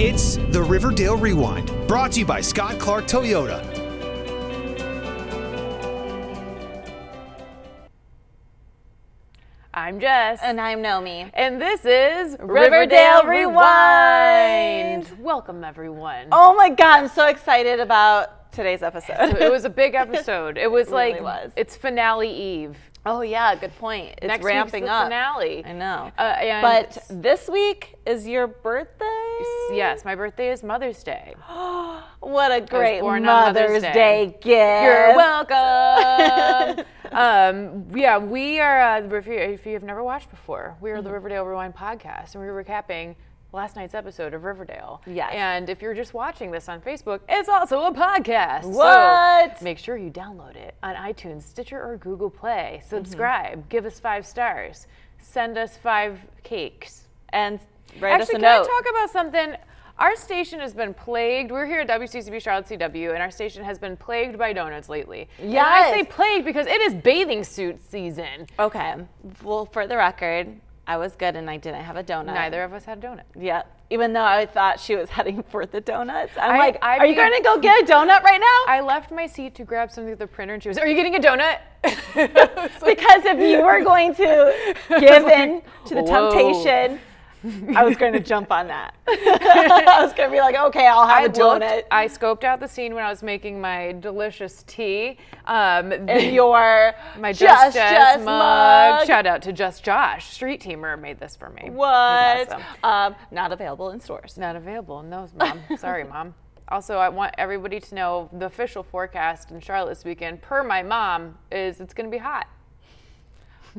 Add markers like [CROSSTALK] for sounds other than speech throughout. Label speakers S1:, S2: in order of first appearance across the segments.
S1: It's the Riverdale Rewind, brought to you by Scott Clark Toyota.
S2: I'm Jess.
S3: And I'm Nomi.
S2: And this is
S3: Riverdale Rewind.
S2: Welcome, everyone.
S3: Oh my god, I'm so excited about today's
S2: So
S3: episode.
S2: it was a big episode. It was
S3: [LAUGHS] It
S2: like
S3: really was.
S2: it's finale eve.
S3: [LAUGHS] oh yeah, good point. It's
S2: Next
S3: ramping
S2: week's the
S3: up.
S2: Finale.
S3: I know.
S2: Uh, and
S3: but this week is your birthday.
S2: yes, my birthday is Mother's
S3: [GASPS]
S2: Day.
S3: What a great
S2: born on Mother's
S3: Mother's
S2: Day.
S3: Day gift.
S2: You're
S3: [LAUGHS]
S2: welcome. um, yeah, we are. Uh, if, you, if you have never watched before, we are
S3: Mm-hmm.
S2: the Riverdale Rewind podcast, and we're recapping last night's episode of Riverdale.
S3: Yes.
S2: And if you're just watching this on Facebook, it's also a podcast. So
S3: What?
S2: make sure you download it on iTunes, Stitcher, or Google Play.
S3: Mm-hmm.
S2: Subscribe. Give us five stars. Send us five cakes.
S3: And write
S2: Actually,
S3: us a
S2: can
S3: note.
S2: I talk about something? Our station has been plagued. We're here at WCCB Charlotte CW, and our station has been plagued by donuts lately. And I
S3: Yes.
S2: say plagued because it is bathing suit season.
S3: okay. Well, for the record, I was good and I didn't have a donut.
S2: Neither of us had a donut.
S3: Yeah. Even though I thought she was [LAUGHS] heading for the donuts. I'm
S2: I-
S3: like,
S2: I'd
S3: are you
S2: be-
S3: going to go get a donut right now?
S2: I left my seat to grab something at the printer, and she was, "Are you getting a donut?" [LAUGHS]
S3: because if you were
S2: [LAUGHS]
S3: going to give in to the
S2: Whoa.
S3: temptation, I was going to jump
S2: [LAUGHS]
S3: on that. I was going to be like, okay, I'll have
S2: I
S3: a
S2: looked-
S3: donut.
S2: I scoped out the scene when I was making my delicious tea. Um, [LAUGHS]
S3: in your
S2: my
S3: just
S2: Just
S3: just,
S2: Jess mug.
S3: mug.
S2: Shout out to Just Josh, street teamer, made this for me. He's
S3: What?
S2: awesome.
S3: Um, not available in stores.
S2: Not available. No,
S3: [LAUGHS]
S2: mom. Sorry, mom. Also, I want everybody to know the official forecast in Charlotte this weekend, per my mom, is it's going to be hot.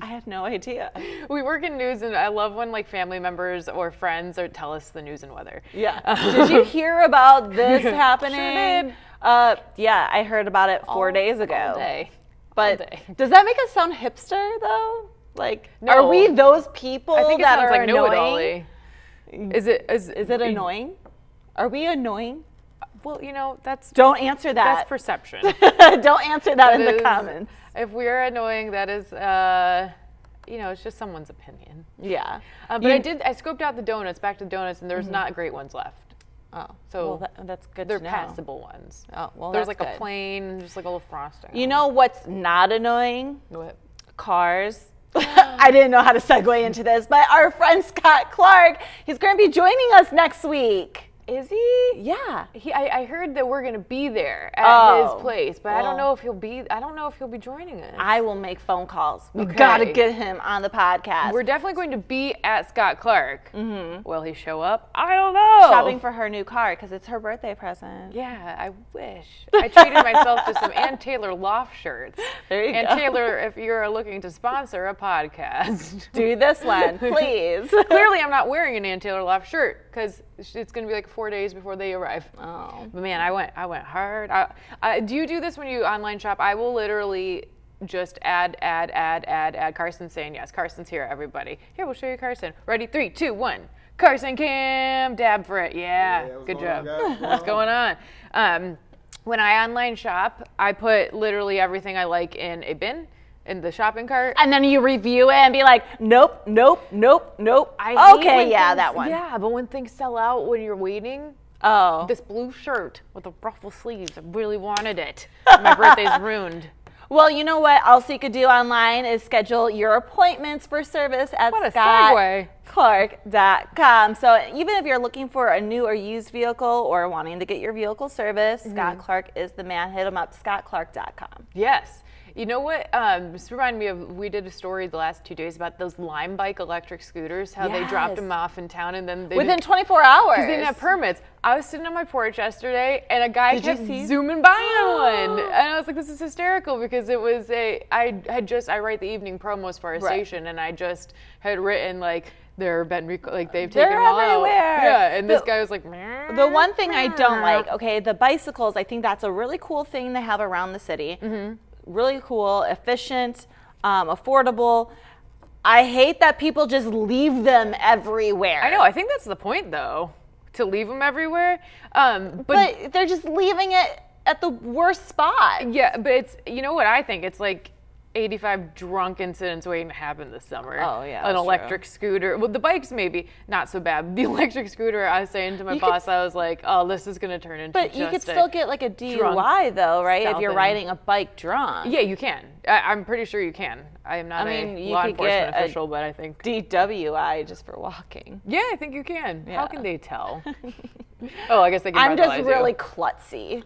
S3: I had no idea.
S2: We work in news, and I love when like family members or friends or tell us the news and weather. [LAUGHS]
S3: Yeah. [LAUGHS] did you hear about this happening?
S2: did.
S3: Uh, yeah, I heard about it four
S2: All-
S3: days ago.
S2: All day.
S3: But
S2: all day.
S3: does that make us sound hipster though? Like,
S2: No.
S3: are we those people
S2: I think it
S3: that
S2: sounds
S3: are
S2: like know it
S3: annoying?
S2: all. Is it is
S3: Is it annoying? Are we annoying?
S2: Well, you know that's
S3: Don't answer
S2: that's
S3: that. [LAUGHS]
S2: perception.
S3: Don't answer that in
S2: Is-
S3: the comments.
S2: If we're annoying, that is, uh, you know, it's just someone's opinion.
S3: Yeah.
S2: Uh, but I did. I scoped out the donuts. Back to the donuts, and there's not great ones left.
S3: Oh,
S2: So
S3: Mm-hmm. well, that, that's good
S2: they're
S3: to know.
S2: passable ones.
S3: Oh, well,
S2: there's
S3: that's
S2: like a
S3: good.
S2: plain, just like a little frosting.
S3: You know what's not annoying?
S2: what?
S3: Cars. [LAUGHS] I didn't know how to segue into this, but our friend Scott Clark, he's going to be joining us next week.
S2: Is he?
S3: Yeah.
S2: He, I, I heard that we're gonna be there at
S3: Oh,
S2: his place, but I don't
S3: well.
S2: know if he'll be. I don't know if he'll be joining us.
S3: I will make phone calls. We
S2: Okay.
S3: got to get him on the podcast.
S2: we're definitely going to be at Scott Clark. Mm-hmm. Will he show up? I don't know.
S3: shopping for her new car because it's her birthday present.
S2: Yeah, I wish. I treated myself to some Ann Taylor Loft shirts.
S3: [LAUGHS] There you
S2: Ann
S3: go.
S2: Taylor, if you're looking to sponsor a podcast,
S3: [LAUGHS] Do this one, please.
S2: Clearly, I'm not wearing an Ann Taylor Loft shirt because it's going to be like four days before they arrive.
S3: Oh.
S2: But man, I went, I went hard. I, I, do you do this when you online shop? I will literally just add, add, add, add, add. Carson's saying yes. Carson's here, everybody. Here, we'll show you Carson. Ready? Three, two, one. Carson Kim, dab for it. Yeah,
S4: what's
S2: good
S4: going on,
S2: job.
S4: guys?
S2: What's going on? Um, when I online shop, I put literally everything I like in a bin in the shopping cart.
S3: and then you review it and be like, nope, nope, nope, nope.
S2: I hate
S3: okay,
S2: when
S3: yeah,
S2: things-
S3: that one.
S2: Yeah, but when things sell out when you're waiting,
S3: Oh.
S2: this blue shirt with the ruffle sleeves, I really wanted it. My
S3: [LAUGHS]
S2: birthday's ruined.
S3: Well, you know what else you could do online is schedule your appointments for service at
S2: What a segue.
S3: scottclark.com. So even if you're looking for a new or used vehicle or wanting to get your vehicle serviced, Scott Clark is the man. Hit him up, scottclark.com.
S2: Yes. You know what? Um, this reminded me of we did a story the last two days about those Lime Bike electric scooters, how they dropped
S3: Yes.
S2: them off in town and then they
S3: Within
S2: didn't-
S3: 24 hours.
S2: Because they didn't have permits. I was sitting on my porch yesterday, and a guy
S3: Did you
S2: kept
S3: see?
S2: zooming by on
S3: [GASPS]
S2: one, and I was like, "This is hysterical." Because it was a I had just I write the evening promos for our station, and I just had written like there have been rec- like they've
S3: They're
S2: taken them all out.
S3: everywhere.
S2: Yeah, and this
S3: The-
S2: guy was like,
S3: The one thing I don't like, okay, the bicycles, I think that's a really cool thing they have around the city.
S2: Mm-hmm.
S3: Really cool, efficient, um, affordable. I hate that people just leave them everywhere.
S2: I know. I think that's the point, though, to leave them everywhere. Um, but
S3: But they're just leaving it at the worst spot.
S2: Yeah, but it's you know what I think. It's like 85 drunk incidents waiting to happen this summer.
S3: Oh, yeah,
S2: An
S3: that's
S2: electric scooter. Well, the bikes maybe not so bad. The [LAUGHS] electric scooter, I was saying to my
S3: You could
S2: boss, I was like, oh, this is going to turn into
S3: But you could
S2: just a-
S3: still get like a DUI though, right? If you're
S2: something.
S3: riding a bike drunk.
S2: Yeah, you can. I, I'm pretty sure you can. I am not
S3: I mean,
S2: a
S3: you
S2: law
S3: could
S2: enforcement
S3: get a-
S2: official, but I think.
S3: DWI just for walking.
S2: Yeah, I think you can. How
S3: Yeah.
S2: can they
S3: [LAUGHS]
S2: tell? oh, I guess they can.
S3: I'm just
S2: breathalyze you.
S3: really klutzy.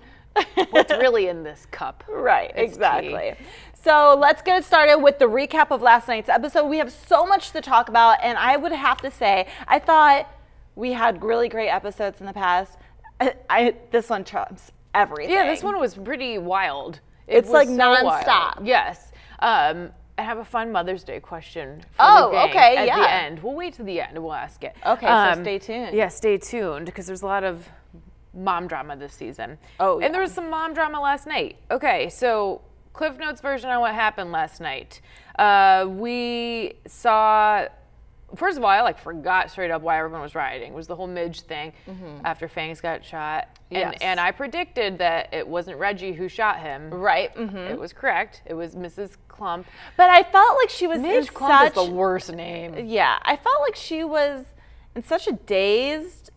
S2: What's really in this [LAUGHS] cup?
S3: Right,
S2: It's
S3: exactly. So let's get started with the recap of last night's episode. We have so much to talk about, and I would have to say, I thought we had really great episodes in the past. [LAUGHS] I, I this one trumps everything.
S2: Yeah, this one was pretty wild. It
S3: It's,
S2: was
S3: like,
S2: so wild.
S3: nonstop.
S2: Yes. Um, I have a fun Mother's Day question. For
S3: Oh,
S2: the gang
S3: okay,
S2: At the
S3: yeah.
S2: end, we'll wait to the end. and We'll ask it. Um,
S3: Okay, so stay tuned.
S2: Yeah, stay tuned because there's a lot of mom drama this season.
S3: Oh,
S2: and there
S3: yeah.
S2: was some mom drama last night. Okay, so Cliff Notes version on what happened last night. Uh, we saw First of all, I like forgot straight up why everyone was rioting. It was the whole Midge thing after Fangs got shot, and
S3: Mm-hmm. Yes.
S2: and I predicted that it wasn't Reggie who shot him.
S3: right. hmm
S2: It was correct. It was Mrs. Clump.
S3: But I felt like she was in
S2: Midge Clump
S3: such
S2: is the worst name.
S3: yeah, I felt like she was in such a dazed.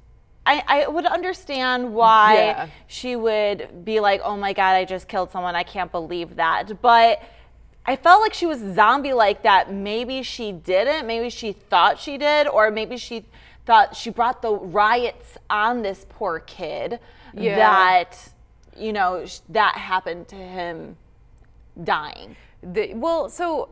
S3: I, I would understand why
S2: Yeah.
S3: she would be like, oh my God, I just killed someone. I can't believe that. But I felt like she was zombie like that. Maybe she didn't. Maybe she thought she did. Or maybe she thought she brought the riots on this poor kid
S2: Yeah.
S3: that, you know, sh- that happened to him dying.
S2: The, well, so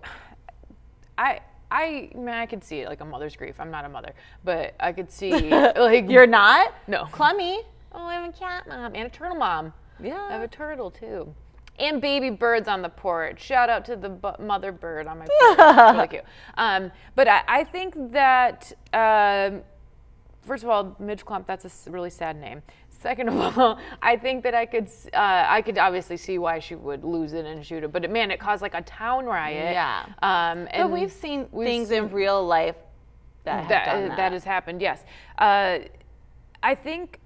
S2: I. I, I mean, I could see it like a mother's grief. I'm not a mother, but I could [LAUGHS] see like
S3: You're not?
S2: No.
S3: Clemmy?
S2: Oh, I'm a cat mom and a turtle mom.
S3: Yeah.
S2: I have a turtle too. And baby birds on the porch. Shout out to the bu- mother bird on my porch. It's really
S3: [LAUGHS]
S2: cute. Um, but I, I think that, um, first of all, Midge Clump, that's a s- really sad name. Second of [LAUGHS] all, I think that I could, s- uh, I could obviously see why she would lose it and shoot it. But man, it caused like a town riot.
S3: Yeah.
S2: Um, and
S3: But we've seen
S2: we've
S3: Mm-hmm. things
S2: seen-
S3: in real life that have
S2: that, uh,
S3: done
S2: that.
S3: that.
S2: has happened. Yes, uh, I think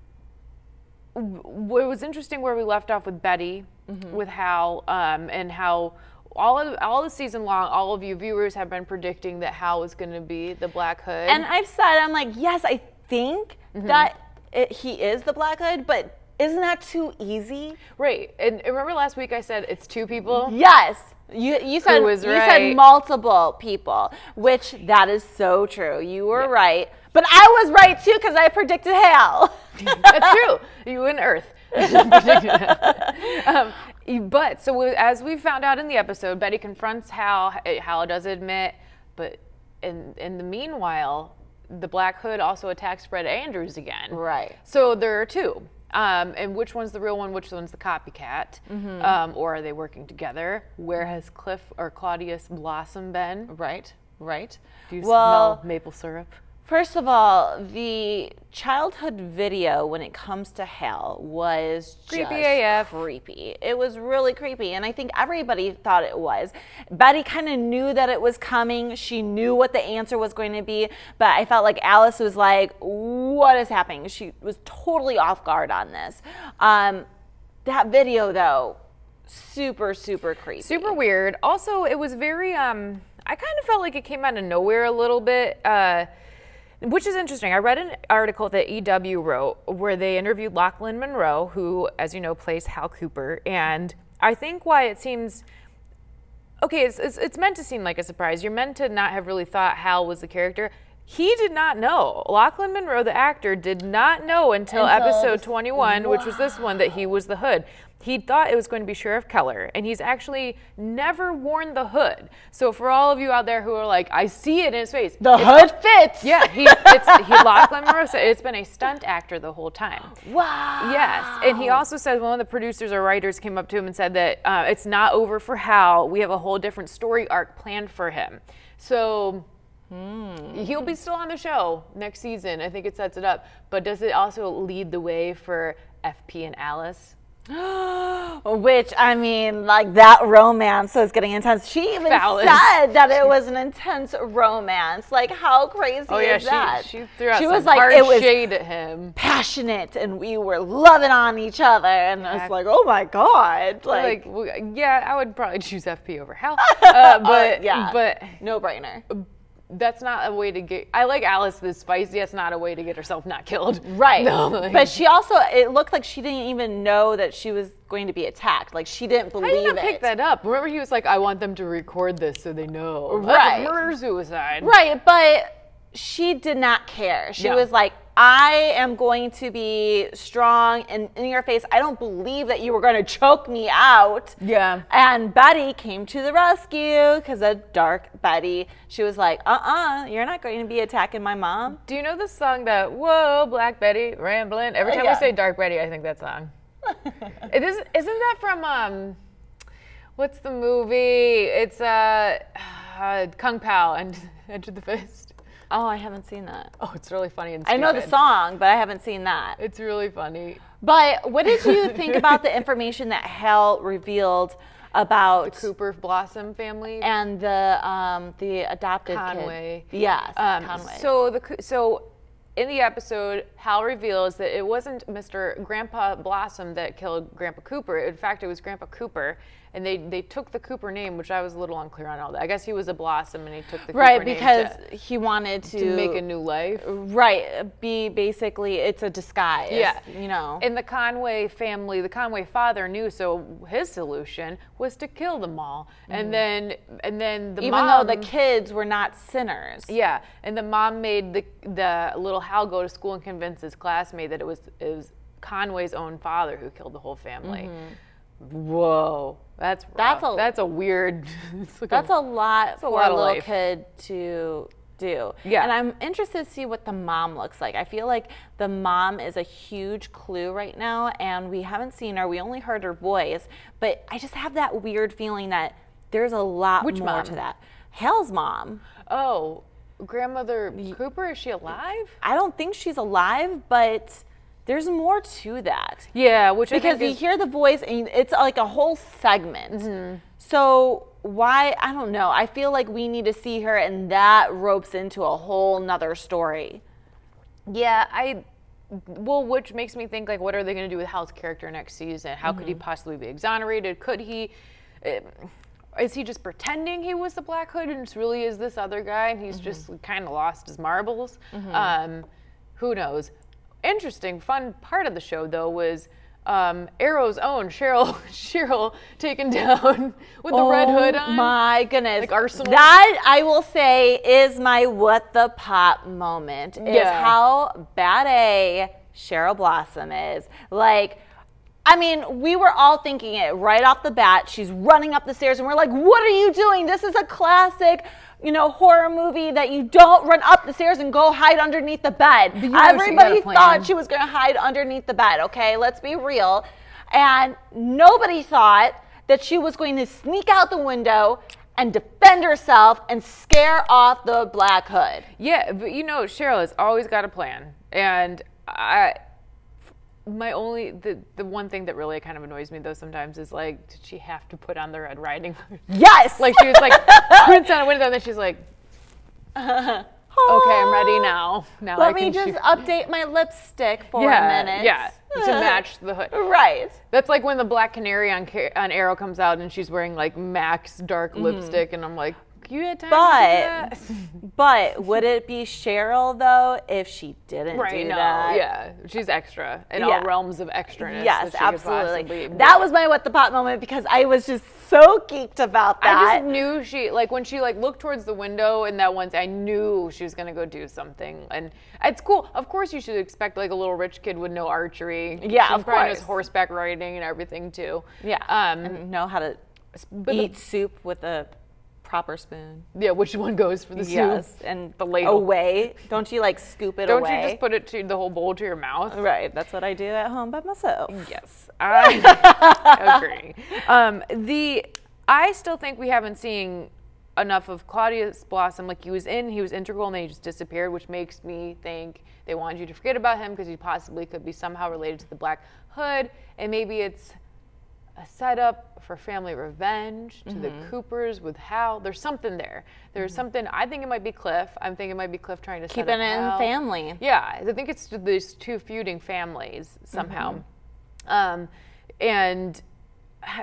S2: w- w- it was interesting where we left off with Betty,
S3: Mm-hmm.
S2: with how um, and how. All of all the season long, all of you viewers have been predicting that Hal was going to be the Black Hood.
S3: and I've said, I'm like, yes, I think that it, he is the Black Hood, but isn't that too easy?
S2: right, and remember last week I said it's two people.
S3: Yes. You, you said
S2: was
S3: you
S2: right?
S3: said multiple people, which that is so true. You were right, but I was right too because I predicted [LAUGHS] hell.
S2: That's true. You and Earth. um, you- but so we, as we found out in the episode, Betty confronts Hal. H- Hal does admit, but in in the meanwhile, the Black Hood also attacks Fred Andrews again.
S3: Right.
S2: So there are two. Um, and which one's the real one? Which one's the copycat?
S3: Mm-hmm.
S2: Um, or are they working together? Where has Cliff or Claudius Blossom been?
S3: Right, right.
S2: Do you
S3: well,
S2: smell maple syrup?
S3: First of all, the childhood video when it comes to hell was
S2: Creepy AF.
S3: just creepy. It was really creepy, and I think everybody thought it was. Betty kind of knew that it was coming. She knew what the answer was going to be, but I felt like Alice was like, "What is happening?" She was totally off guard on this. Um, that video, though, super, super creepy.
S2: Super weird. Also, it was very um I kind of felt like it came out of nowhere a little bit. Uh which is interesting. I read an article that EW wrote where they interviewed Lachlan Monroe, who, as you know, plays Hal Cooper. And I think why it seems okay, it's, it's, it's meant to seem like a surprise. You're meant to not have really thought Hal was the character. He did not know. Lachlan Monroe, the actor, did not know until,
S3: Until
S2: episode
S3: this-
S2: 21, which was this one, that he was the hood. He thought it was going to be Sheriff Keller, and he's actually never worn the hood. So for all of you out there who are like, I see it in his face.
S3: The hood fits.
S2: Yeah, he, it's, he Lachlan Monroe said it's been a stunt actor the whole time.
S3: Wow.
S2: Yes, and he also says one of the producers or writers came up to him and said that uh, it's not over for Hal. We have a whole different story arc planned for him. So he'll be still on the show next season. I think it sets it up. But does it also lead the way for FP and Alice?
S3: Which I mean, like that romance was getting intense. She even
S2: Phallus.
S3: said
S2: [LAUGHS]
S3: that it was an intense romance. Like how crazy
S2: Oh yeah,
S3: is that?
S2: she, she threw out
S3: She
S2: some
S3: was like,
S2: hard
S3: it was
S2: shade at him.
S3: passionate, and we were loving on each other, and I was like, oh my god,
S2: Like,
S3: like,
S2: w yeah, I would probably choose FP over [LAUGHS] hell. Uh, but
S3: yeah.
S2: but
S3: no brainer.
S2: that's not a way to get. I like Alice the spicy. That's not a way to get herself not killed. [LAUGHS]
S3: Right.
S2: No, like-
S3: but she also, it looked like she didn't even know that she was going to be attacked. Like she didn't believe
S2: I did not
S3: it.
S2: pick that up. Remember, he was like, "I want them to record this so they know."
S3: Right.
S2: murder suicide.
S3: Right, but she did not care. She
S2: Yeah.
S3: was like, I am going to be strong and in your face. I don't believe that you were going to choke me out.
S2: Yeah.
S3: And Betty came to the rescue because a dark Betty. She was like, uh uh-uh, uh, you are not going to be attacking my mom.
S2: Do you know the song that "Whoa, Black Betty, Ramblin'"? Every time
S3: yeah.
S2: we say "Dark Betty," I think that [LAUGHS] song. it is, isn't that from um, what's the movie? It's uh, uh Kung Pao and [LAUGHS] Enter the Fist.
S3: Oh, I haven't seen that.
S2: Oh, it's really funny and
S3: I
S2: stupid.
S3: know the song, but I haven't seen that.
S2: It's really funny.
S3: But what did you think about the information that Hal revealed about
S2: Cooper Blossom family.
S3: and the um, the adopted kid?
S2: Conway.
S3: Yes,
S2: Um,
S3: Conway.
S2: So the co- so in the episode, Hal reveals that it wasn't Mr. Grandpa Blossom that killed Grandpa Cooper. In fact, it was Grandpa Cooper, and they they took the Cooper name, which I was a little unclear on all that. I guess he was a Blossom, and he took the
S3: right
S2: Cooper name
S3: because
S2: to-
S3: he wanted to,
S2: to make a new life.
S3: right be basically it's a disguise.
S2: Yeah.
S3: you know.
S2: And the Conway family, the Conway father knew, so his solution was to kill them all. And then, and then the
S3: Mm-hmm. even
S2: mom,
S3: though the kids were not sinners.
S2: Yeah, and the mom made the the little Hal go to school and convince his classmate that it was it was Conway's own father who killed the whole family. Whoa, that's
S3: Mm-hmm. That's
S2: rough.
S3: a-
S2: that's a weird. [LAUGHS] it's like
S3: That's a lot for a,
S2: lot of
S3: little
S2: life.
S3: kid to do.
S2: Yeah.
S3: And I'm interested to see what the mom looks like. I feel like the mom is a huge clue right now, and we haven't seen her. We only heard her voice, but I just have that weird feeling that there's a lot
S2: Which
S3: more
S2: mom?
S3: to that. Hell's mom.
S2: oh, grandmother Cooper is she alive?
S3: I don't think she's alive, but there's more to that.
S2: Yeah, which
S3: because you hear the voice and it's like a whole segment.
S2: Mm-hmm.
S3: So why I don't know. I feel like we need to see her and that ropes into a whole nother story.
S2: yeah I. Well, which makes me think like, what are they going to do with Hal's character next season? How could he possibly be exonerated? Could he? eh, Is he just pretending he was the Black Hood and it's really is this other guy and he's just kind of lost his marbles? Um, who knows? Interesting, fun part of the show though was um, Arrow's own Cheryl [LAUGHS] Cheryl taken down [LAUGHS] with the red hood on.
S3: Oh My goodness.
S2: Like Arsenal.
S3: That I will say is my what the pop moment. Is
S2: Yeah.
S3: how bad a Cheryl Blossom is. Like I mean, we were all thinking it right off the bat. She's running up the stairs, and we're like, "What are you doing? This is a classic, you know, horror movie that you don't run up the stairs and go hide underneath the bed."
S2: you know she
S3: Everybody
S2: got a plan.
S3: thought she was going to hide underneath the bed. Okay, let's be real. And nobody thought that she was going to sneak out the window and defend herself and scare off the black hood.
S2: Yeah, but you know, Cheryl has always got a plan, and I. My only the the one thing that really kind of annoys me though sometimes is like, did she have to put on the red riding? Hood? [LAUGHS]
S3: Yes.
S2: like she was like puts on a window and then she's like, okay, I'm ready now. Now I
S3: [LAUGHS] Let
S2: can
S3: me just
S2: shoot."
S3: update my lipstick for
S2: yeah,
S3: a minute.
S2: yeah, to
S3: [LAUGHS]
S2: match the hood.
S3: Right.
S2: That's like when the black canary on Ca- on Arrow comes out and she's wearing like Max dark lipstick, and I'm like, you had time. to
S3: Mm-hmm.
S2: do
S3: But
S2: that?
S3: but would it be Cheryl though if she didn't
S2: right,
S3: do
S2: no,
S3: that?
S2: yeah, she's extra in
S3: Yeah.
S2: all realms of extraness. that
S3: Yes,
S2: she could
S3: absolutely.
S2: possibly
S3: That
S2: be.
S3: was my what the pop moment because I was just so geeked about that.
S2: I just knew she like when she like looked towards the window and that once I knew she was gonna go do something and it's cool. Of course you should expect like a little rich kid would know archery.
S3: Yeah,
S2: she
S3: of
S2: probably knows
S3: course.
S2: horseback riding and everything too.
S3: yeah.
S2: Um.
S3: and know how to
S2: but the-
S3: eat soup with a proper spoon.
S2: yeah. Which one goes for the soup?
S3: Yes, and
S2: The ladle.
S3: away. Don't you like scoop it
S2: Don't
S3: away?
S2: you just put it to the whole bowl to your mouth?
S3: right. That's what I do at home by myself.
S2: Yes,
S3: [LAUGHS]
S2: I agree. Um, the I still think we haven't seen enough of Claudius Blossom. Like he was in, he was integral, and then he just disappeared, which makes me think they wanted you to forget about him because he possibly could be somehow related to the Black Hood, and maybe it's a setup for family revenge to the
S3: Mm-hmm.
S2: Coopers with Hal. There's something there. There's something. I think it might be Cliff. I'm thinking it might be Cliff trying to set
S3: Keeping it
S2: up
S3: in
S2: Hal.
S3: the family.
S2: Yeah, I think it's these two feuding families somehow,
S3: Mm-hmm.
S2: um, and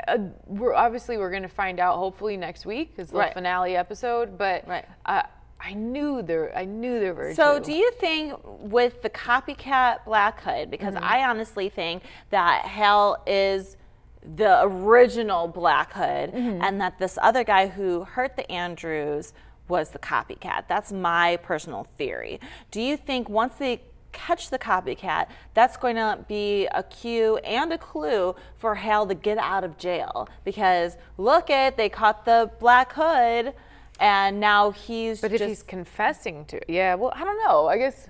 S2: uh, we're obviously we're going to find out hopefully next week is the
S3: Right.
S2: finale episode. But
S3: Right.
S2: uh, I knew there, I knew there were.
S3: So,
S2: two.
S3: do you think with the copycat Black Hood, because
S2: Mm-hmm.
S3: I honestly think that Hal is the original Black Hood,
S2: Mm-hmm.
S3: and that this other guy who hurt the Andrews was the copycat? That's my personal theory. Do you think once they catch the copycat, that's going to be a cue and a clue for Hal to get out of jail? Because look at they caught the Black Hood. And now he's
S2: But
S3: just
S2: if he's confessing to, yeah, well, I don't know. I guess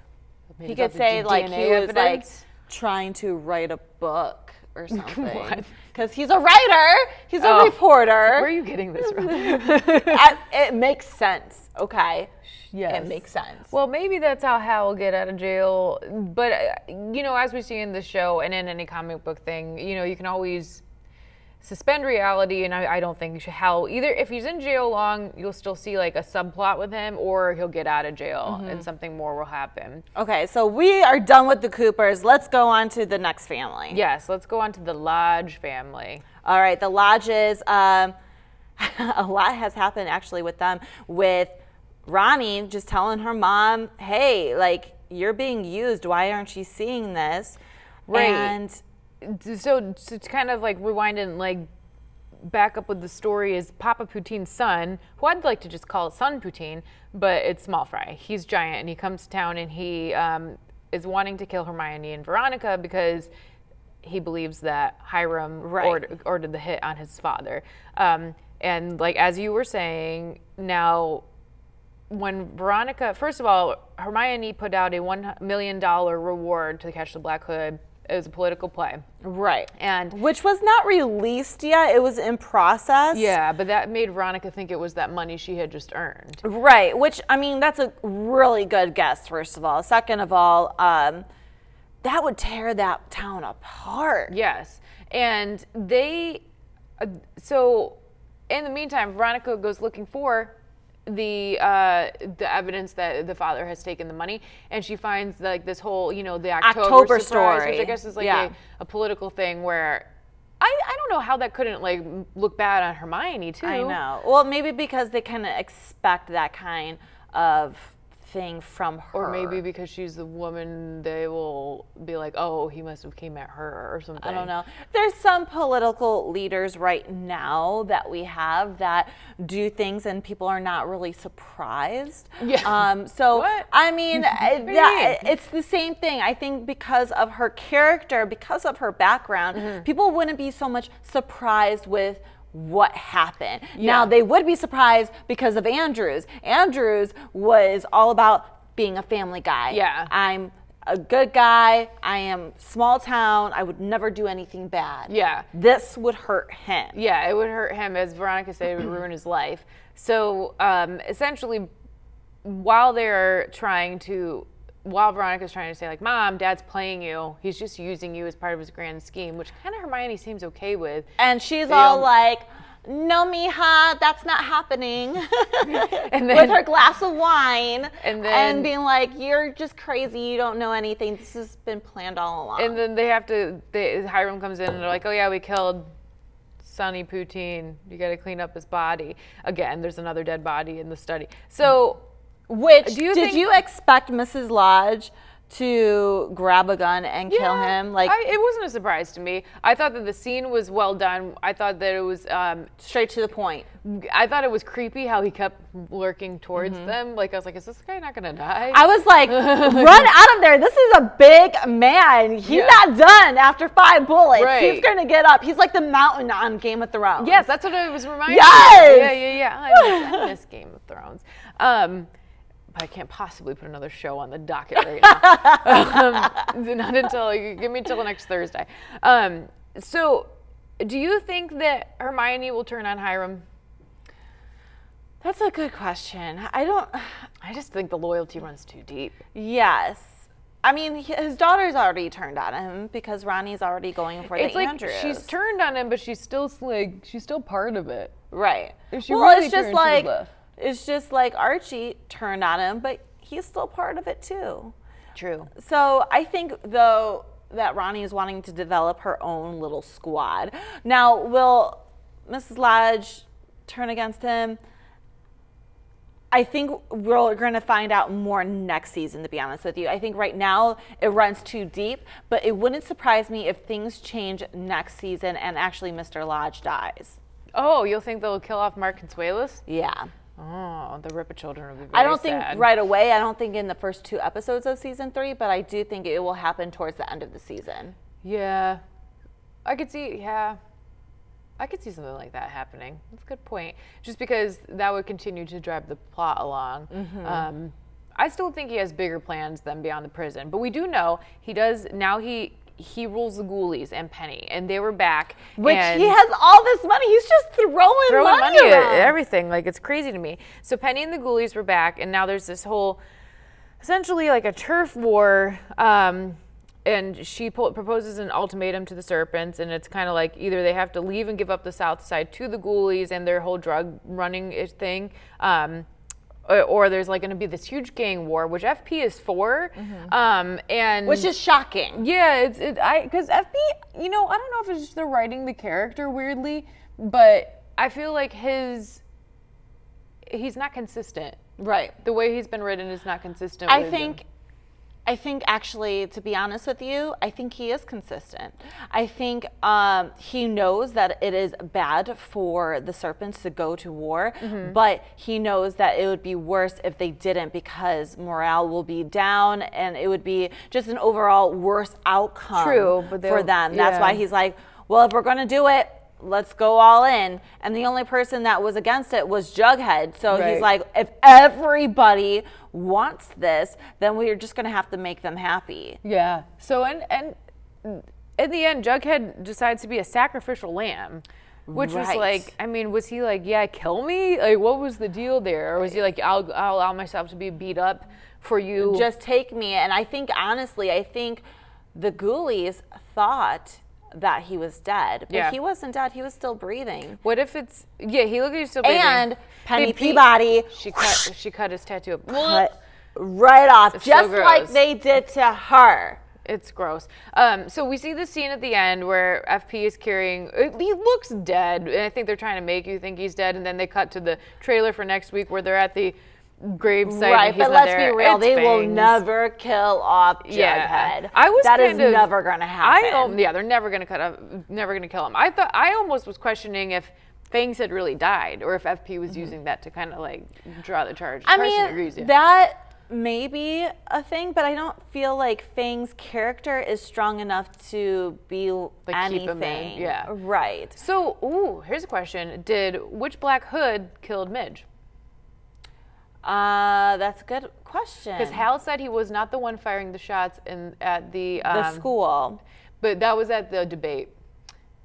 S2: maybe
S3: He
S2: about
S3: could
S2: the
S3: say like
S2: DNA
S3: he was like
S2: evidence.
S3: trying to write a book
S2: [LAUGHS]
S3: or something. Because he's a writer, he's a
S2: Oh.
S3: reporter. [LAUGHS]
S2: Where are you getting this from? [LAUGHS]
S3: I- it makes sense, okay?
S2: Yes.
S3: It makes sense.
S2: Well, maybe that's how Hal will get out of jail. But, uh, you know, as we see in the show and in any comic book thing, you know, you can always suspend reality. And I, I don't think sh- Hal, either if he's in jail long, you'll still see like a subplot with him, or he'll get out of jail
S3: Mm-hmm.
S2: and something more will happen.
S3: okay, so we are done with the Coopers. Let's go on to the next family.
S2: Yes, let's go on to the Lodge family.
S3: All right, the lodges. Um, [LAUGHS] a lot has happened actually with them, with Ronnie just telling her mom, hey, like, you're being used. Why aren't you seeing this?
S2: Right.
S3: And
S2: so, so to kind of like rewind and like back up with the story is Papa Poutine's son, who I'd like to just call Son Poutine, but it's Small Fry. He's giant and he comes to town and he um, is wanting to kill Hermione and Veronica because he believes that Hiram
S3: Right.
S2: ordered, ordered the hit on his father. Um, and like as you were saying, now when Veronica, first of all, Hermione put out a one million dollar reward to catch the Black Hood. It was a political play.
S3: Right.
S2: And-
S3: which was not released yet. It was in process.
S2: Yeah, but that made Veronica think it was that money she had just earned.
S3: Right. Which I mean, that's a really good guess. First of all. Second of all, um, that would tear that town apart.
S2: Yes. And they, uh, so in the meantime, Veronica goes looking for the uh, the evidence that the father has taken the money, and she finds like this whole you know the October,
S3: October
S2: surprise,
S3: story.
S2: which I guess is like
S3: Yeah.
S2: a, a political thing where. I, I don't know how that couldn't like look bad on Hermione too.
S3: I know. Well, maybe because they kind of expect that kind of thing from her.
S2: Or maybe because she's the woman, they will be like, "Oh, he must have came at her or something."
S3: I don't know. There's some political leaders right now that we have that do things and people are not really surprised.
S2: Yeah.
S3: Um, so
S2: What?
S3: I
S2: [LAUGHS]
S3: mean, I-
S2: do you
S3: yeah,
S2: mean?
S3: it's the same thing. I think because of her character, because of her background,
S2: Mm-hmm.
S3: people wouldn't be so much surprised with what happened. Now they would be surprised because of Andrews. Andrews was all about being a family guy.
S2: Yeah.
S3: I'm a good guy. I am small town. I would never do anything bad.
S2: Yeah.
S3: This would hurt him.
S2: Yeah, it would hurt him, as Veronica said, it would ruin his life. So um, essentially, while they're trying to, while Veronica's trying to say, like, Mom, Dad's playing you, he's just using you as part of his grand scheme, which kind of Hermione seems okay with.
S3: And she's all
S2: all-
S3: like, no, mija, that's not happening.
S2: [LAUGHS] And
S3: With
S2: then-
S3: her glass of wine.
S2: And
S3: and
S2: then-
S3: being like, you're just crazy. You don't know anything. This has been planned all along.
S2: And then they have to, they, Hiram comes in and they're like, oh yeah, we killed Sonny Poutine. You got to clean up his body. Again, there's another dead body in the study. So,
S3: Which,
S2: Do you
S3: did
S2: think-
S3: you expect Mrs. Lodge to grab a gun and kill
S2: Yeah,
S3: him? Like,
S2: I, it wasn't a surprise to me. I thought that the scene was well done. I thought that it was um,
S3: straight to the point.
S2: I thought it was creepy how he kept lurking towards them. Like I was like, is this guy not gonna die?
S3: Mm-hmm. I was like, run out of there. This is a big man. He's
S2: Yeah.
S3: not done after five bullets. He's
S2: Right.
S3: going to get up. He's like the mountain on Game of Thrones.
S2: yes, that's what I was reminded.
S3: Yes!
S2: Of. Yeah, yeah, yeah. I miss, I miss Game of Thrones. Um, but I can't possibly put another show on the docket right now. um, [LAUGHS] not until give me until next Thursday. Um, so, do you think that Hermione will turn on Hiram?
S3: That's a good question. I don't.
S2: I just think the loyalty runs too deep.
S3: Yes. I mean, he- his daughter's already turned on him because Ronnie's already going for
S2: It's
S3: the
S2: like
S3: Andrews.
S2: she's turned on him, but she's still like she's still part of it.
S3: right.
S2: If she
S3: well,
S2: really
S3: it's just
S2: turned, she
S3: like
S2: would've left.
S3: it's just like Archie turned on him, but he's still part of it too.
S2: True.
S3: So I think though that Ronnie is wanting to develop her own little squad. Now, will Mrs. Lodge turn against him? I think we're going to find out more next season, to be honest with you. I think right now it runs too deep, but it wouldn't surprise me if things change next season and actually Mr. Lodge dies.
S2: Oh, you'll think they'll kill off Mark Consuelos?
S3: Yeah.
S2: Oh, the Ripa children will be. Very
S3: I don't
S2: sad.
S3: think right away, I don't think in the first two episodes of season three, but I do think it will happen towards the end of the season.
S2: Yeah, I could see. Yeah, I could see something like that happening. That's a good point. Just because that would continue to drive the plot along.
S3: Mm-hmm.
S2: Um, I still think he has bigger plans than beyond the prison, but we do know he does now. He he rules the Ghoulies and Penny, and they were back.
S3: Which
S2: and
S3: he has all this money. He's just throwing,
S2: throwing
S3: money,
S2: money at
S3: around.
S2: everything. Like it's crazy to me. So Penny and the Ghoulies were back, and now there's this whole, essentially like a turf war. Um, and she po- proposes an ultimatum to the serpents, and it's kind of like either they have to leave and give up the south side to the Ghoulies and their whole drug running ish thing. Um, or, or there's like going to be this huge gang war, which FP is for, um, and
S3: Mm-hmm. Which is shocking.
S2: yeah, it's it, I because FP, you know, I don't know if it's just they're writing the character weirdly, but I feel like his he's not consistent.
S3: Right.
S2: The way he's been written is not consistent.
S3: I
S2: with him.
S3: think I think actually, to be honest with you, I think he is consistent. I think um, he knows that it is bad for the serpents to go to war,
S2: Mm-hmm.
S3: but he knows that it would be worse if they didn't because morale will be down and it would be just an overall worse outcome
S2: True, but
S3: for
S2: they'll-
S3: them. That's why
S2: yeah.
S3: he's like, well, if we're going to do it, let's go all in. And the only person that was against it was Jughead. So he's
S2: Right.
S3: like, if everybody wants this, then we're just going to have to make them happy.
S2: yeah. So and and in the end, Jughead decides to be a sacrificial lamb. Which was
S3: Right.
S2: like, I mean, was he like, yeah, kill me? Like, what was the deal there? Or was he like, I'll, I'll allow myself to be beat up for you?
S3: Just take me. And I think, honestly, I think the ghoulies thought that he was dead, but
S2: Yeah.
S3: he wasn't dead. He was still breathing.
S2: What if it's yeah? He looked at you still breathing.
S3: And Penny
S2: Did Pete-
S3: Peabody
S2: She
S3: [SIGHS]
S2: cut. She cut his tattoo. up.
S3: cut right off,
S2: so
S3: just like
S2: gross.
S3: they did to her.
S2: It's gross. Um, so we see the scene at the end where FP is carrying. uh, He looks dead, and I think they're trying to make you think he's dead. And then they cut to the trailer for next week where they're at the gravesite.
S3: Right,
S2: and he's
S3: but
S2: not
S3: let's
S2: there.
S3: be real.
S2: It's
S3: they will
S2: bangs.
S3: never kill off Jughead.
S2: I was
S3: That is
S2: kind of-
S3: never going to happen.
S2: I al- yeah, they're never gonna cut up, never gonna kill him. I thought I almost was questioning if Fangs had really died or if FP was using that to kind of like draw the charge.
S3: Mm-hmm. I
S2: Carson
S3: mean,
S2: agrees, yeah.
S3: that may be a thing, but I don't feel like Fang's character is strong enough to be
S2: keep
S3: anything.
S2: him in, yeah.
S3: Right.
S2: So, ooh, here's a question: Did which Black Hood killed Midge?
S3: Uh, that's a good question.
S2: Because Hal said he was not the one firing the shots in at the um,
S3: the school.
S2: but that was at the debate.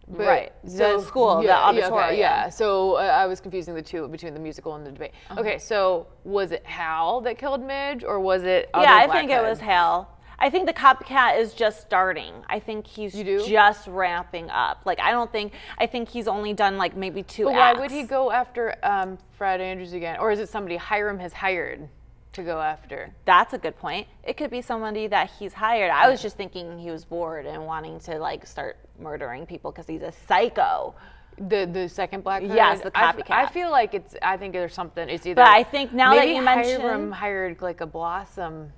S2: But-
S3: Right. The school, the
S2: okay,
S3: auditorium.
S2: yeah. So uh, I was confusing the two between the musical and the debate.
S3: Uh-huh.
S2: Okay, so was it Hal that killed Midge, or was it? Other
S3: yeah, I
S2: Black
S3: think it
S2: Hood?
S3: was Hal. I think the copycat is just starting. I think he's
S2: You do?
S3: just ramping up. Like I don't think I think he's only done like maybe two.
S2: But why
S3: acts.
S2: would he go after um, Fred Andrews again, or is it somebody Hiram has hired to go after?
S3: That's a good point. It could be somebody that he's hired. I was just thinking he was bored and wanting to like start murdering people because he's a psycho.
S2: The the second black hood.
S3: Yes, the
S2: I f- I,
S3: copycat.
S2: feel like it's. I think there's something. It's either.
S3: I think now that
S2: maybe
S3: you
S2: Hiram
S3: mention-
S2: hired like a blossom.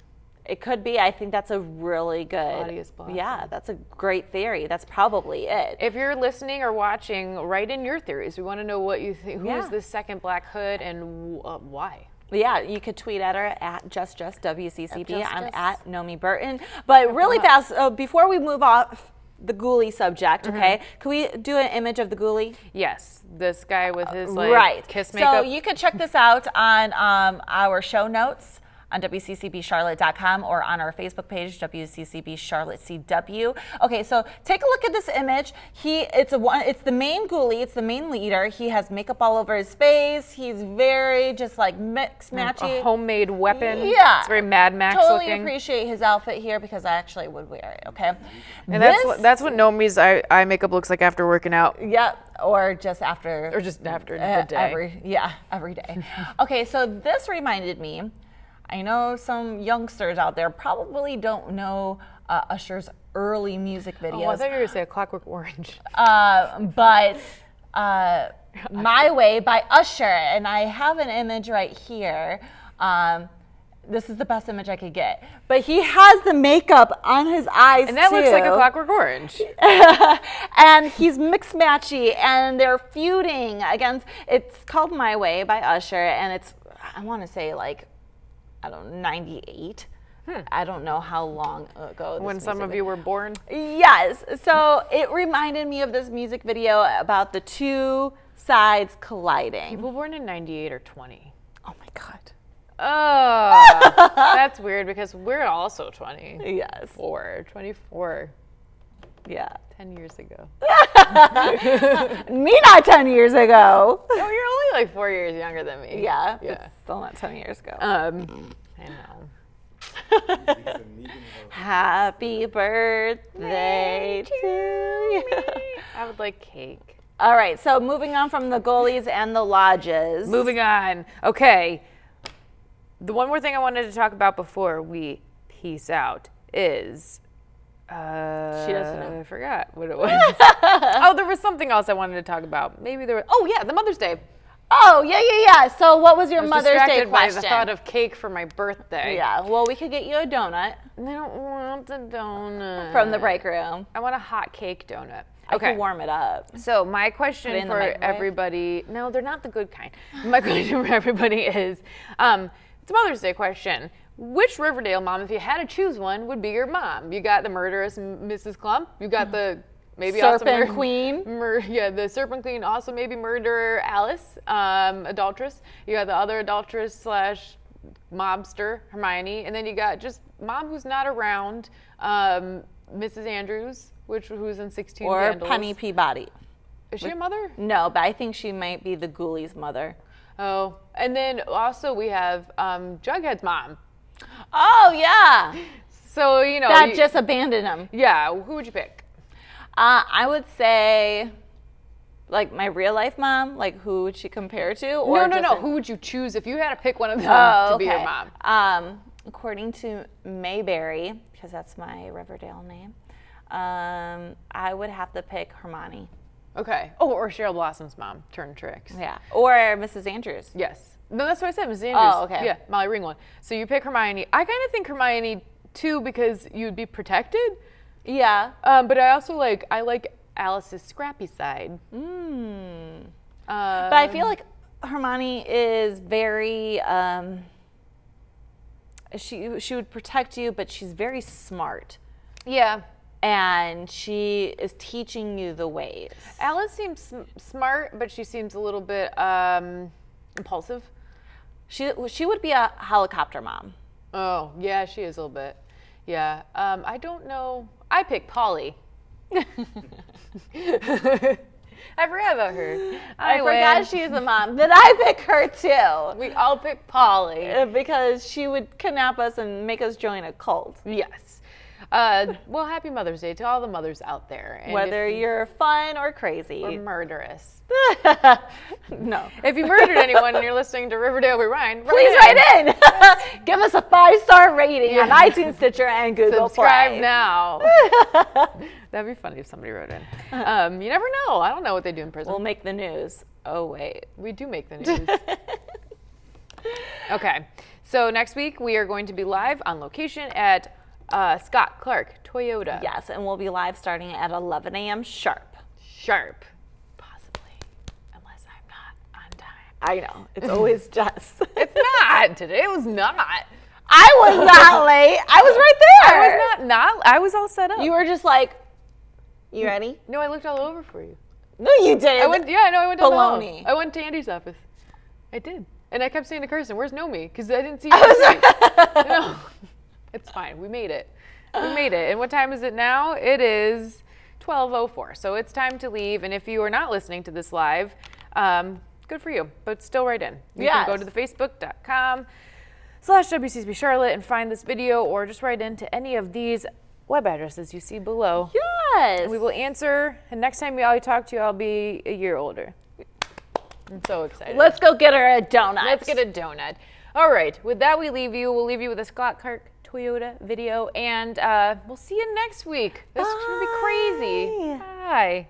S3: It could be. I think that's a really good.
S2: Claudius Blossom.
S3: Yeah, that's a great theory. That's probably it.
S2: If you're listening or watching, write in your theories. We want to know what you think. Who is
S3: Yeah.
S2: the second black hood and w- uh, why?
S3: yeah, you could tweet at her at just just WCCB.
S2: Just
S3: I'm
S2: Just.
S3: at Nomi Burton. But really fast, uh, before we move off the ghoulie subject, okay? Can we do an image of the ghoulie?
S2: Yes, this guy with his like
S3: Uh, right.
S2: kiss
S3: so
S2: makeup.
S3: you can check this out on um, our show notes on WCCBCharlotte.com or on our Facebook page, WCCB Charlotte CW. Okay, so take a look at this image. He, it's a one, it's the main ghoulie, it's the main leader. He has makeup all over his face. He's very just like mix matchy.
S2: Mm, A homemade weapon.
S3: Yeah.
S2: It's very Mad Max
S3: totally
S2: looking.
S3: appreciate his outfit here because I actually would wear it. Okay.
S2: and that's what, that's what Nomi's eye, eye makeup looks like after working out,
S3: yeah, or just after
S2: or just after
S3: Uh,
S2: the day.
S3: Every, yeah, every day. [LAUGHS] okay, so this reminded me. I know some youngsters out there probably don't know uh, Usher's early music
S2: oh, I
S3: videos,
S2: thought you were gonna say a Clockwork Orange.
S3: uh, but uh, "My Way" by Usher, and I have an image right here. Um, this is the best image I could get, but he has the makeup on his eyes,
S2: and that looks like a
S3: too
S2: Clockwork Orange.
S3: [LAUGHS] and he's mixed matchy and they're feuding against it's called my way by usher and it's i want to say like i don't know 98 i don't know how long ago this
S2: Hmm. when some
S3: music
S2: of you were born.
S3: Yes. So it reminded me of this music video about the two sides colliding.
S2: People born in 98 or 20.
S3: Oh my god.
S2: Oh,
S3: [LAUGHS]
S2: that's weird because we're also 24,
S3: Yes.
S2: 24,
S3: Yeah.
S2: 10 years
S3: [LAUGHS]
S2: ago.
S3: Me not 10 years
S2: [LAUGHS]
S3: ago.
S2: Oh, you're only like four years younger than me.
S3: Yeah. but
S2: Yeah.
S3: Still not 10 years ago.
S2: Um, I know.
S3: Happy birthday to you. [LAUGHS]
S2: I would like cake.
S3: All right, so moving on from the goalies and the lodges.
S2: Moving on. Okay. The one more thing I wanted to talk about before we peace out is. Uh,
S3: She doesn't know.
S2: I forgot
S3: [LAUGHS]
S2: what it was. oh, there was something else I wanted to talk about. Maybe there was. Oh, yeah, the Mother's Day.
S3: Oh, yeah, yeah, yeah. So what was your
S2: I was
S3: Mother's Day
S2: distracted by
S3: question?
S2: the thought of cake for my birthday.
S3: yeah, well, we could get you a donut
S2: I don't want a donut.
S3: from the break room.
S2: I want a hot cake donut.
S3: I could warm it up.
S2: So my
S3: Put it
S2: question
S3: in the
S2: for
S3: microwave?
S2: everybody, no, they're not the good kind. [LAUGHS] My question for everybody is, um, it's a Mother's Day question. Which Riverdale mom, if you had to choose one, would be your mom? You got the murderous M- Mrs. Clump. You got the maybe also
S3: Serpent Queen.
S2: Mur- yeah, the serpent queen. Also maybe murderer Alice, um, adulteress. You got the other adulteress slash mobster Hermione, and then you got just mom who's not around, um, Mrs. Andrews, which who's in sixteen
S3: Or
S2: Vandals.
S3: Penny Peabody.
S2: Is she a mother?
S3: No, but I think she might be the Ghoulies' mother.
S2: Oh, and then also we have um, Jughead's mom.
S3: Oh, yeah.
S2: So you know,
S3: That
S2: you-
S3: just abandoned him.
S2: yeah. Who would you pick?
S3: Uh, I would say, like, my real life mom, like, who would she compare to?
S2: no,
S3: Or
S2: no,
S3: just
S2: no.
S3: a-
S2: who would you choose if you had to pick one of them to be your mom?
S3: Oh, Um, according to Mayberry, because that's my Riverdale name, um, I would have to pick Hermione.
S2: Okay. Oh, or Cheryl Blossom's mom, Turn Tricks.
S3: Yeah. Or Mrs. Andrews.
S2: Yes. No, that's what I said, Miss Andrews.
S3: Oh, okay.
S2: Yeah, Molly Ringwald. So you pick Hermione. I kind of think Hermione too because you'd be protected.
S3: Yeah.
S2: Um, but I also like I like Alice's scrappy side.
S3: But I
S2: um,
S3: feel like Hermione is very. Um, she she would protect you, but she's very smart,
S2: Yeah.
S3: and she is teaching you the ways.
S2: Alice seems sm- smart, but she seems a little bit um, impulsive.
S3: She she would be a helicopter mom.
S2: Oh, yeah, she is a little bit. Yeah. Um, I don't know. I pick Polly. [LAUGHS] I forgot about her.
S3: I,
S2: I, win.
S3: forgot she is a mom, but I pick her too.
S2: We all pick Polly.
S3: Uh, because she would kidnap us and make us join a cult.
S2: Yes. Uh, well, happy Mother's Day to all the mothers out there. And if
S3: Whether you're fun or crazy.
S2: [LAUGHS] you're murderous.
S3: no.
S2: If you murdered anyone and you're listening to Riverdale Rewind,
S3: [LAUGHS] [LAUGHS] Please write in. [LAUGHS] Give us a five star rating on iTunes, Stitcher, and Google
S2: Subscribe
S3: Play. [LAUGHS]
S2: now. That'd be funny if somebody wrote in. Um, you never know. I don't know what they do in prison.
S3: We'll make the news. Oh wait. [LAUGHS]
S2: we do make the news. okay. So next week we are going to be live on location at uh, Scott Clark Toyota.
S3: Yes, and we'll be live starting at 11 a.m. sharp.
S2: Sharp. Possibly, unless I'm not on time.
S3: I know.
S2: [LAUGHS]
S3: It's always just.
S2: It's not. Today was not.
S3: I [LAUGHS]
S2: [LAUGHS]
S3: was not late. I was right there.
S2: I was not not. I was all set up.
S3: You were just like, you ready?
S2: no, I looked all over for you.
S3: No, you didn't.
S2: I went. Yeah, no, I went down the hall.
S3: Baloney.
S2: I went to Andy's office. I did. And I kept saying to Carson, "Where's Nomi?" Because I didn't see Nomi. no, it's fine. We made it. We made it. And what time is it now? It is 12:04. So it's time to leave. And if you are not listening to this live, um, good for you. But still, right in. You can go
S3: Yes.
S2: to the facebook.com slash WCSB Charlotte and find this video, or just write into any of these web addresses you see below.
S3: Yes.
S2: We will answer. And next time we all talk to you, I'll be a year older. I'm so excited.
S3: Let's go get her a donut.
S2: Let's get a donut. All right. With that, we leave you. We'll leave you with a Scott Clark Toyota video, and uh, we'll see you next week. This is gonna be crazy. Bye.